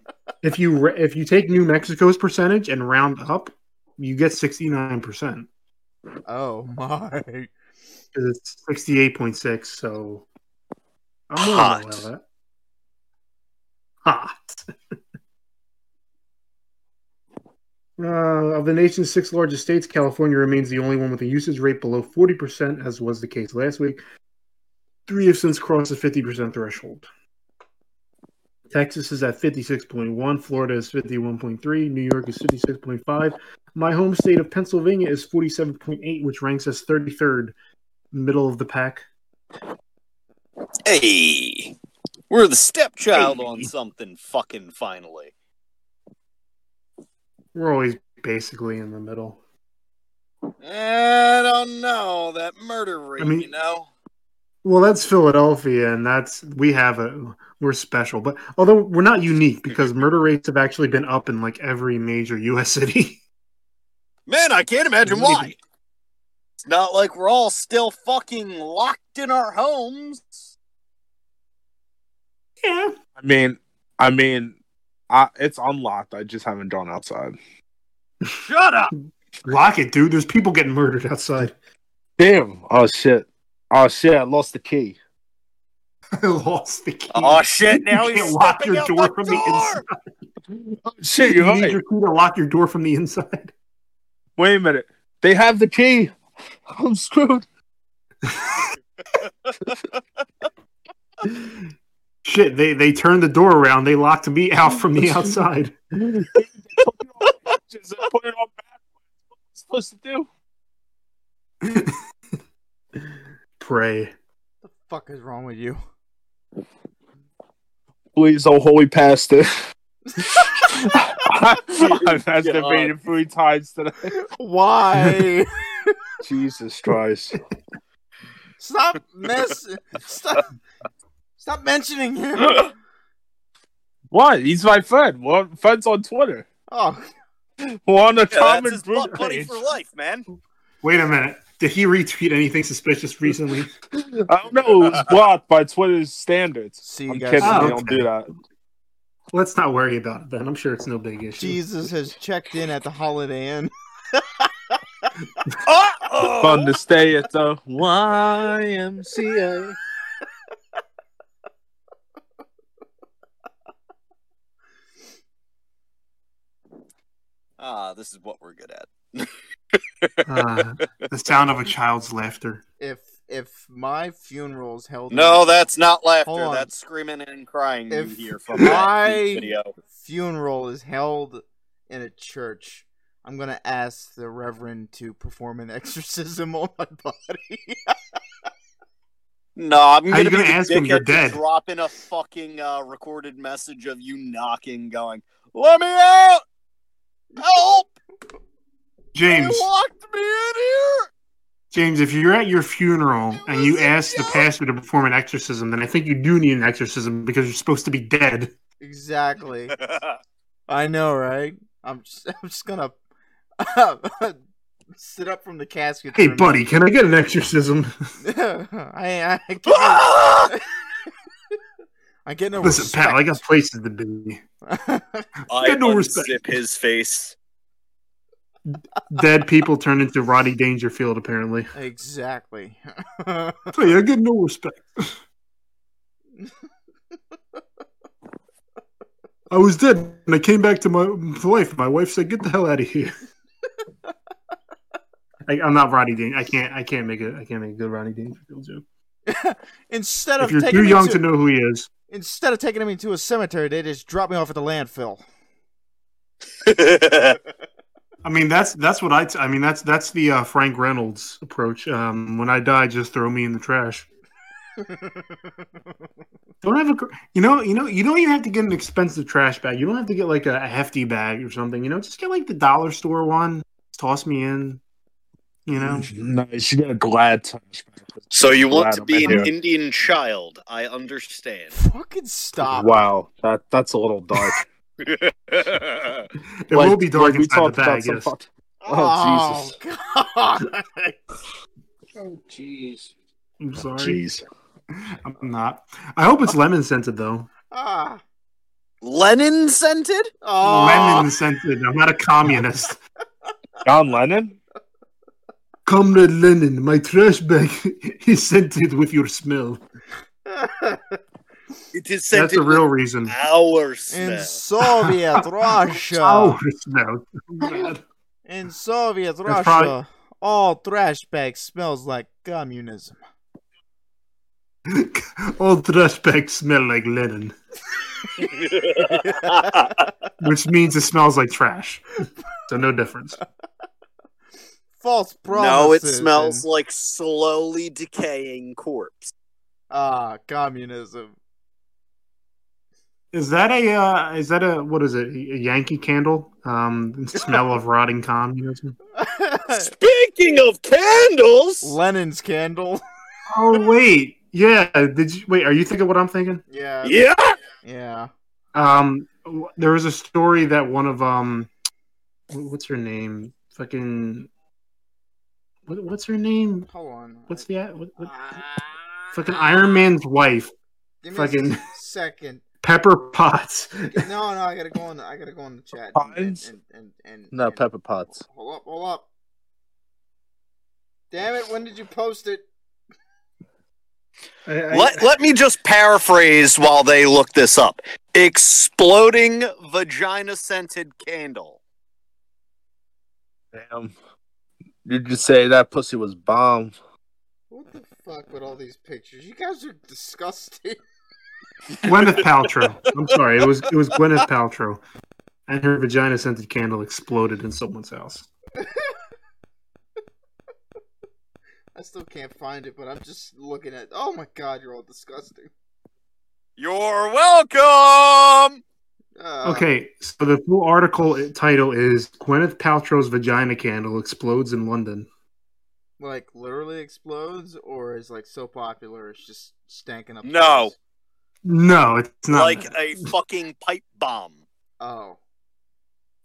B: If you re- if you take New Mexico's percentage and round up, you get sixty nine percent.
D: Oh my!
B: It's sixty eight point six. So I'm
G: Hot.
B: willing to allow that. Hot. [laughs] Uh, of the nation's six largest states, California remains the only one with a usage rate below 40%, as was the case last week. Three have since crossed the 50% threshold. Texas is at 56.1, Florida is 51.3, New York is 56.5. My home state of Pennsylvania is 47.8, which ranks as 33rd, middle of the pack.
G: Hey, we're the stepchild
B: Hey.
G: on something fucking finally.
B: We're always basically in the middle.
G: I don't know that murder rate,
B: I mean-
G: you know.
B: Well, that's Philadelphia, and that's we have a we're special, but although we're not unique because murder rates have actually been up in like every major U.S. city. [laughs]
G: Man, I can't imagine
B: Maybe.
G: why. It's not like we're all still fucking locked in our homes.
B: Yeah,
H: I mean, I mean, I, it's unlocked. I just haven't gone outside.
G: Shut up.
B: lock it, dude. There's people getting murdered outside.
H: Damn. Oh shit. Oh shit. I lost the key.
B: [laughs] I lost the key.
G: Oh shit! Now
B: you
G: he's
B: can't lock
G: stepping
B: your
G: out
B: door
G: the
B: from the
G: door. [laughs]
B: inside.
C: Oh,
H: Shit,
B: You
H: you're
B: need
H: right.
B: your key to lock your door from the inside.
H: Wait a minute. They have the key. I'm screwed.
B: [laughs] Shit, they they turned the door around. They locked me out from [laughs] the outside.
C: [laughs] Just put it on back. What am I supposed to do?
B: Pray.
D: fuck is wrong with you?
H: Please, oh holy
C: [laughs]
H: pastor. I've masturbated three times today.
D: Why?
H: [laughs] Jesus Christ.
D: stop mess. Stop. Stop mentioning him.
C: [laughs] What? He's my friend. Well, friends on Twitter.
D: Oh,
C: We're on a
G: Yeah,
C: common
G: that's his
C: group
G: butt buddy
C: page.
G: for life, man.
B: Wait a minute. Did he retweet anything suspicious recently?
H: I
C: I don't know. It was blocked by Twitter's standards.
D: see you
H: I'm
D: guys.
H: kidding.
B: Oh,
H: they
B: okay.
H: don't do that.
B: Let's not worry about it then. I'm sure it's no big issue.
D: Jesus has checked in at the Holiday Inn.
H: Fun
G: Uh-oh.
H: to stay at the YMCA.
G: Ah, this is what we're good at.
B: Uh, the sound of a child's laughter.
D: If if my funeral is held,
G: No,
D: in a-
G: that's not
D: Hold
G: laughter.
D: on.
G: That's screaming and crying you
D: If
G: hear from that
D: I-
G: video.
D: funeral is held in a church, I'm gonna ask the Reverend to perform an [laughs] exorcism on my body. [laughs]
G: No, I'm
B: How
G: gonna,
B: you gonna
G: be the
B: ask him?
G: dickhead
B: You're
G: to
B: dead.
G: Drop in a fucking uh, recorded message of you knocking, going, "Let me out! Help!
B: James,
G: They locked me in here!"
B: James, if you're at your funeral
G: It
B: and you
G: was a
B: ask the
G: joke.
B: pastor to perform an exorcism, then I think you do need an exorcism because you're supposed to be dead.
D: exactly. I know, right? I'm just, I'm just gonna [laughs] sit up from the casket.
B: Hey,
D: for a
B: buddy, can I get an exorcism?
D: minute. [laughs] I, I, get,
G: [laughs] Ah!
D: I get no
B: Listen,
D: respect.
B: pal, I got places to be.
G: I
B: no
G: unzip
B: respect.
G: his face.
B: Dead people turn into Roddy Dangerfield, apparently.
D: [laughs] exactly. [laughs]
B: Hey, I get no respect. I was dead and I came back to my wife. My wife said, "Get the hell out of here." I, I'm not Roddy Dang. I can't. I can't make a. I can't make a good Roddy Dangerfield joke.
D: instead of
B: If you're
D: taking
B: too
D: me
B: young
D: to,
B: to know who he is,
D: instead of taking me to a cemetery, they just dropped me off at the landfill.
B: I mean that's that's what I. T- I mean that's that's the uh, Frank Reynolds approach. Um, when I die, just throw me in the trash. Don't have a. gr- You know. You know. You don't even have to get an expensive trash bag. You don't have to get like a, a hefty bag or something. You know, just get like the dollar store one. Just toss me in. You know.
C: Mm-hmm.
H: No, she got a glad touch.
G: [laughs] so you want
H: Glad
G: to
H: I'm
G: be
H: in
G: an
H: here.
G: Indian child? I understand.
D: Fucking stop!
H: Wow, that that's a little dark.
G: That's
B: [laughs] It will be dark inside the bag. Yes.
H: Oh,
D: Jesus! God.
C: Oh,
B: [laughs] I'm sorry.
H: Jeez.
B: I'm not. I hope it's lemon scented though.
D: ah,
G: [laughs] Lenin scented?
D: Oh,
B: Lenin scented. I'm not a communist.
C: John Lennon?
B: Comrade Lenin, my trash bag [laughs] is scented with your smell.
I: It is scented
B: That's the real [laughs] reason.
I: Our
D: in
I: smell.
D: [laughs]
B: [laughs]
D: Soviet Russia.
B: Sour smell. [laughs] Oh, God.
D: In Soviet Russia,
B: That's probably-
D: all trash bags smells like
B: [laughs]
D: communism.
B: All trash bags smell like Lenin, which means it smells like trash. So no difference.
D: False promises.
G: no, it smells
D: and,
G: like slowly decaying corpse.
D: ah communism. [laughs]
B: Is that a uh, is that a what is it? A Yankee candle? Um, smell of rotting communism.
G: Speaking of candles,
D: Lenin's candle. [laughs]
B: Oh wait, yeah. Did you wait? Are you thinking what I'm thinking?
D: Yeah.
G: yeah,
D: Yeah.
B: Um, w- there was a story that one of um, wh- what's her name? Fucking, what, what's her name?
D: Hold on. Ah.
B: What's the what, what, fucking Iron Man's wife,
D: Give me
B: fucking-
D: a second.
B: Pepper Potts.
D: No, no, I gotta go on. I gotta go on the chat. and-
C: Pines?
D: And, and, and,
C: No,
D: and-
C: Pepper Potts.
D: Hold up, hold up. Damn it! When did you post it?
B: I- I-
G: Let, let me just paraphrase while they look this up. Exploding vagina scented candle.
C: Damn. You just say that pussy was bomb.
D: What the fuck with all these pictures? You guys are disgusting. [laughs]
B: Gwyneth Paltrow. I'm sorry, it was it was Gwyneth Paltrow, and her vagina scented candle exploded in someone's house.
D: I still can't find it, but I'm just looking at. Oh my god, you're all disgusting.
G: You're welcome.
D: Uh,
B: Okay, so the full article i- title is Gwyneth Paltrow's vagina candle explodes in London.
D: Like literally explodes, or is like so popular it's just stanking up.
G: No.
D: space?
B: No, it's not.
G: Like
D: uh,
G: a fucking pipe bomb.
D: Oh.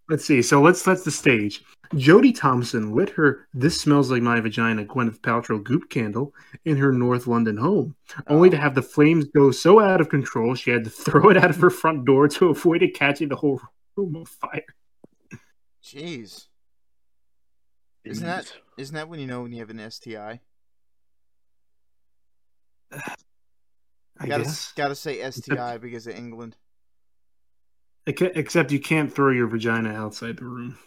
B: Let's see. So let's set the stage. Jodie Thompson lit her "This Smells Like My Vagina" Gwyneth Paltrow goop candle in her North London home, only to
D: Oh.
B: have the flames go so out of control she had to [laughs] throw it out of her front door to avoid it catching the whole room on fire.
D: Jeez. Isn't that isn't that when you know when you have an STI?
B: I
D: gotta
B: guess.
D: gotta say STI because of England.
B: Ex- Except you can't throw your vagina outside the room.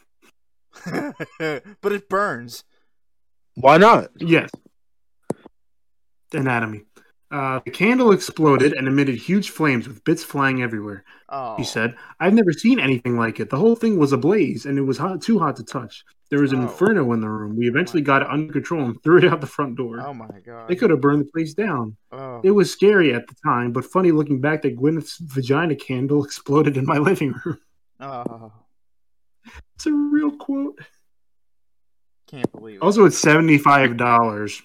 D: [laughs] but it burns.
C: Why not?
B: Yes. Anatomy. Uh, the candle exploded and emitted huge flames with bits flying everywhere.
D: Oh.
B: He said, I've never seen anything like it. The whole thing was ablaze and it was hot, too hot to touch. There was an
D: Oh.
B: inferno in the room. We eventually got it under control and [laughs] threw it out the front door.
D: Oh my god.
B: They could have burned the place down.
D: Oh.
B: It was scary at the time, but funny looking back that Gwyneth's vagina candle [laughs] exploded in my living room.
D: oh.
B: It's a real quote.
D: Can't believe it.
B: Also, it's seventy-five dollars.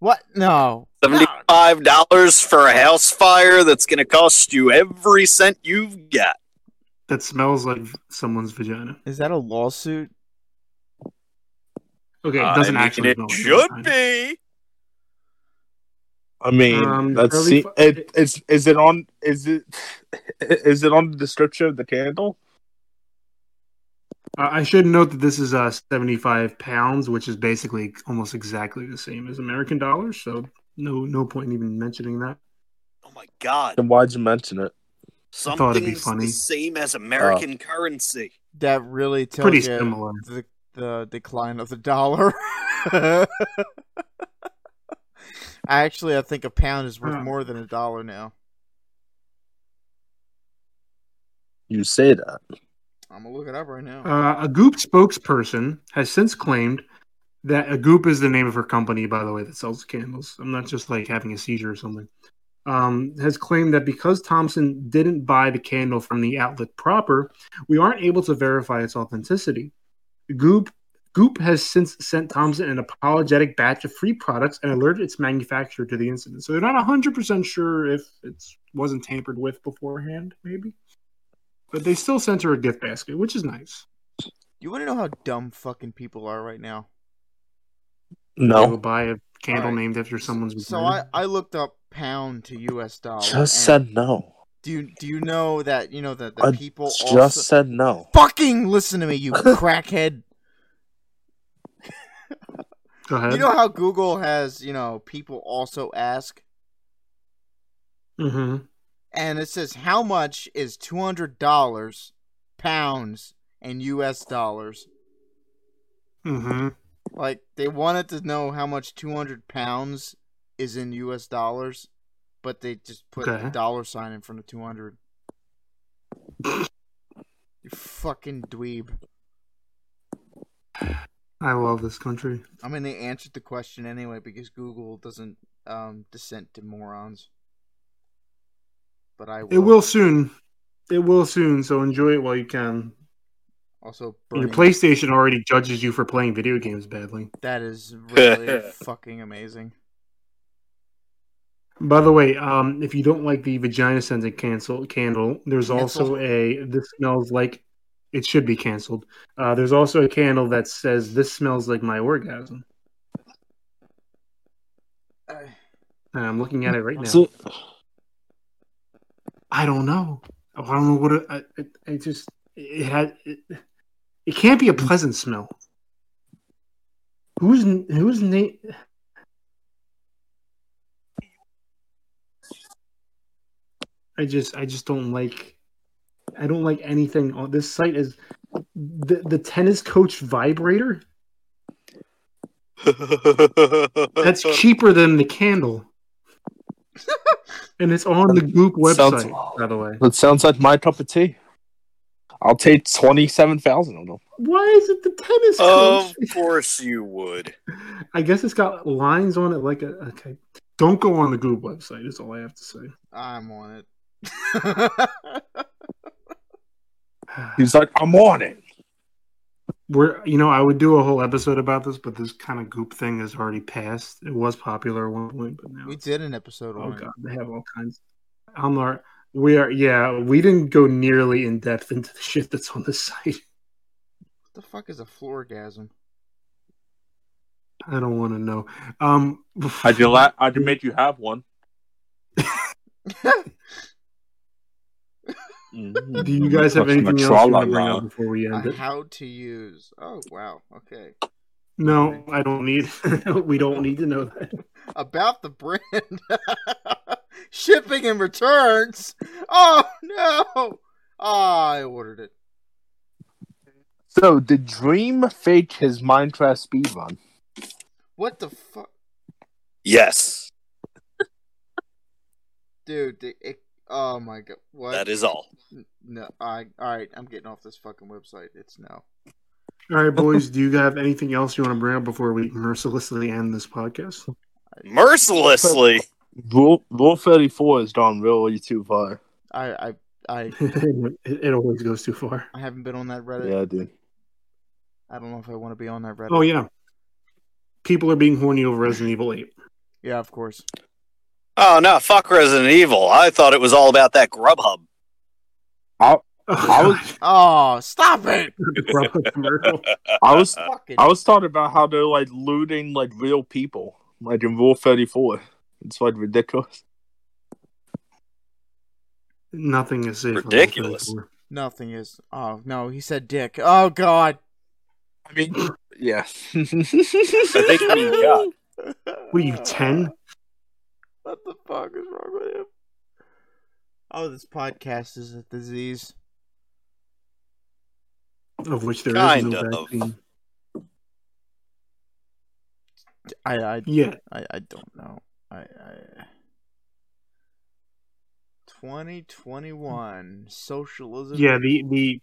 D: what? No.
G: Seventy-five dollars for a house fire that's going to cost you every cent you've got.
B: That smells like someone's vagina.
D: Is that a lawsuit?
B: Okay, it
G: I
B: doesn't
G: mean,
B: actually.
G: Uh, It
B: smell like
G: should
B: vagina.
G: be.
C: I mean,
B: Um,
C: let's
B: early
C: see.
B: fu-
C: It, it's is it on? Is it [laughs] is it on the description of the candle?
B: Uh, I should note that this is uh, seventy-five pounds, which is basically almost exactly the same as American dollars. So no, no point in even mentioning that.
G: Oh my god!
C: Then why'd you mention it?
B: I thought it'd be
G: Something's
B: funny.
G: the same as American currency.
D: That really tells
B: Pretty
D: you
B: similar.
D: the the decline of the dollar. [laughs] I actually I think a pound is worth
B: Huh.
D: more than a dollar now.
C: You say that.
D: I'm gonna look it up right now.
B: Uh, a Goop spokesperson has since claimed that a Goop is the name of her company, by the way, that sells candles. I'm not just like having a seizure or something. Um, has claimed that because Thompson didn't buy the candle from the outlet proper, we aren't able to verify its authenticity. Goop Goop has since sent Thompson an apologetic batch of free products and alerted its manufacturer to the incident. So they're not 100% sure if it wasn't tampered with beforehand, maybe. But they still sent her a gift basket, which is nice.
D: you wanna know how dumb fucking people are right now?
B: I will
C: No,
B: buy a candle
D: Alright.
B: named after someone's.
D: So I, I looked up pound to US dollar.
C: just
D: and
C: said no.
D: Do you do you know that you know that the
C: I
D: people
C: Just
D: also
C: said no.
D: fucking listen to me, you crackhead.
B: Go ahead.
D: You know how Google has you know people also ask,
B: Mhm.
D: and it says how much is two hundred dollars, pounds, and U.S. dollars.
B: Mhm.
D: Like they wanted to know how much 200 pounds is in U.S. dollars, but they just put
B: Okay.
D: a dollar sign in front of 200. you fucking dweeb.
B: I love this country.
D: I mean, they answered the question anyway because Google doesn't um, dissent to morons. But I will.
B: It will soon. It will soon. So enjoy it while you can.
D: Also,
B: Your
D: burning.
B: PlayStation already judges you for playing video games badly.
D: That is really fucking amazing.
B: By the way, um, if you don't like the vagina scented cancel candle, there's also
D: Cancel.
B: a this smells like it should be canceled. Uh, there's also a candle that says this smells like my orgasm,
D: Uh,
B: and I'm looking at it right now.
C: So,
B: I don't know. Oh, I don't know what it, I, it, it just it had. It, it can't be a pleasant smell. Who's who's name? I just I just don't like. I don't like anything on this site. Is the the tennis coach vibrator? [laughs]
G: [laughs]
B: That's cheaper than the candle. and it's on the Goop
C: Sounds-
B: website, by the way.
C: that sounds like my cup of tea. I'll take twenty-seven thousand of them.
B: Why is it the tennis
G: Of
B: [laughs] coach?
G: course you would.
B: I guess it's got lines on it like a okay. Don't go on the Goop website, is all I have to say.
D: I'm on it. [laughs]
C: He's like, I'm on it.
B: [sighs] We're you know, I would do a whole episode about this, but this kind of goop thing is already passed. It was popular at one point, but now
D: we
B: it's-
D: did an episode
B: oh
D: on
B: god, they have all kinds I'm not we are yeah, we didn't go nearly in depth into the shit that's on the site.
D: it. What the fuck is a
B: [laughs]
D: floorgasm?
B: I don't wanna know. Um
C: I'd be la- I'd make you have one. Mm-hmm.
B: Do you guys have anything else you want to bring up before we end
D: Uh,
B: it?
D: how to use. Oh wow. Okay.
B: No, I don't need. [laughs] we don't need to know that.
D: About the brand. [laughs] Shipping and returns. Oh no. Ah, I ordered it.
C: So did Dream fake his Minecraft speedrun?
D: What the fuck,
G: Yes,
D: dude? the- It, oh my god. What?
G: that is all.
D: No. I. All right. I'm getting off this fucking website. It's no.
B: All right, boys. Do you have anything else you want to bring up before we mercilessly end this podcast?
G: Mercilessly.
C: Rule Rule thirty four has gone really too far.
D: I. I. I.
B: [laughs] it, it always goes too far.
D: I haven't been on that Reddit.
C: Yeah, dude.
D: I don't know if I want to be on that Reddit.
B: Oh yeah, people are being horny over Resident Evil Eight.
D: Yeah, of course.
G: Oh no, fuck Resident Evil. I thought it was all about that Grubhub.
B: Oh,
C: I
B: [laughs]
C: was-
B: God,
D: Oh, stop it!
B: the Grubhub commercial.
C: I was
G: Uh,
D: Fucking.
C: I was talking about how they're like looting like real people, like in Rule thirty four. It's like ridiculous.
B: Nothing is safe. on this
G: Ridiculous.
B: platform.
D: Nothing is. Oh no, he said dick. Oh
G: [laughs]
D: god.
C: I mean, yeah.
G: I think we got.
D: [laughs]
B: What are you ten?
D: What the fuck is wrong with him? Oh, this podcast is a disease.
B: Of which there is
G: Kind
B: no
G: of.
B: vaccine.
D: I I
B: Yeah,
D: I, I don't know. I, I... 2021 socialism.
B: yeah. The the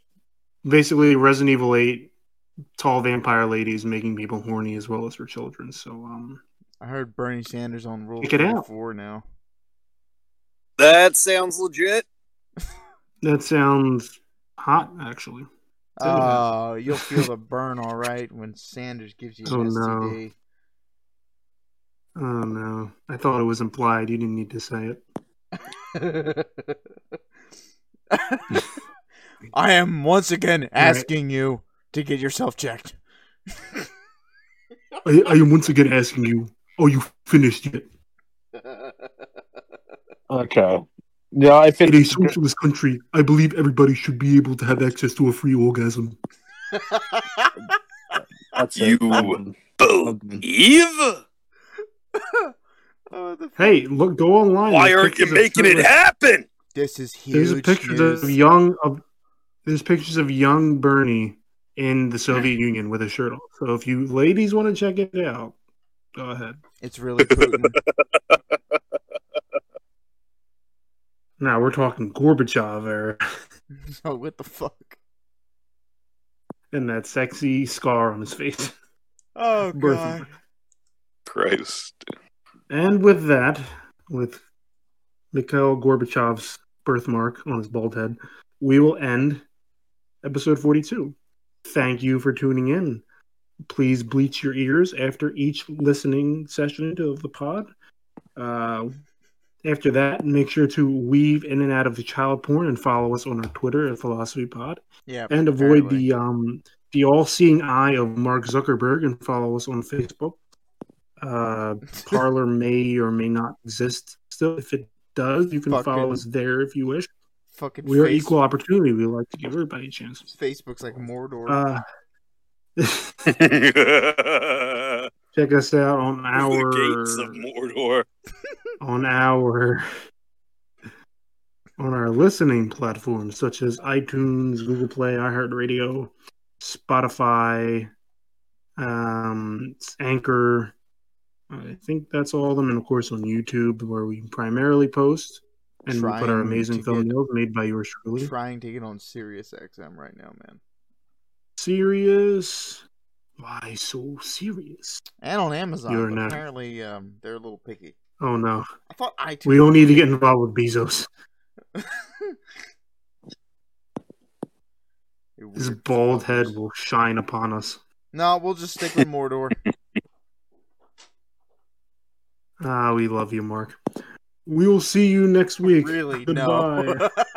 B: basically Resident Evil Eight, tall vampire ladies making people horny as well as for children. So um,
D: I heard Bernie Sanders on Rule
B: Check it out.
D: 34 now.
G: That sounds legit.
B: that sounds hot actually. Tell me
D: Oh, you'll feel
B: [laughs]
D: the burn all right when Sanders gives you an
B: Oh, no.
D: STD.
B: Oh no! I thought it was implied. You didn't need to say it.
D: [laughs] I am once again asking you to get yourself checked. [laughs]
B: I, I am once again asking you. Are you finished yet?
C: okay. Yeah, if
B: In a
C: it,
B: socialist country, I believe everybody should be able to have access to a free orgasm.
C: that's
J: You-
C: it. Um, um,
J: Eve,
D: Oh, the
B: Hey, look, go online.
J: why
B: There's
J: aren't you
B: pictures of
J: making
B: shirtless-
J: it happen?
G: [laughs]
D: This is
B: There's
D: huge
B: pictures
D: news.
B: of young of there's pictures of young Bernie in the Soviet Union with a shirt on. So if you ladies want to check it out, go ahead.
D: It's really Putin.
B: [laughs] Now we're talking Gorbachev era
D: oh, what the fuck?
B: and that sexy scar on his face. [laughs]
D: [laughs] Oh
B: Birth-
D: god.
G: Christ.
B: And with that, with Mikhail Gorbachev's birthmark on his bald head, we will end episode 42. Thank you for tuning in. Please bleach your ears after each listening session of the pod. Uh, after that, make sure to weave in and out of the child porn and follow us on our Twitter at Philosophy Pod
D: Yeah.
B: and avoid
D: apparently.
B: the um the all-seeing eye of Mark Zuckerberg and follow us on Facebook. Uh, Parlor may or may not exist still. If it does, you can follow
D: Fucking-
B: us there if you wish.
D: fucking
B: We are
D: face-
B: equal opportunity. We like to give everybody a chance.
D: Facebook's like Mordor.
B: Uh, [laughs]
G: the
B: check us out on our
G: gates of Mordor.
B: on our on our listening platforms such as iTunes, Google Play, iHeartRadio, Spotify, um, Anchor. I think that's all of them, and of course on YouTube, where we primarily post and we put our
D: Trying
B: amazing
D: to get-
B: thumbnails made by yours truly.
D: trying to get on Sirius XM right now, man.
B: serious? Why so serious?
D: And on Amazon.
B: You're
D: but
B: not-
D: Apparently, um, they're a little picky.
B: Oh no,
D: I thought iTunes.
B: we don't need to get involved with Bezos.
D: You're
B: His
D: [laughs] weird
B: bald
D: fuckers.
B: head will shine upon us.
D: No, we'll just stick with Mordor.
B: Ah, [laughs] we love you, Mark. We will see you next week.
D: really?
B: Goodbye.
D: [laughs] No.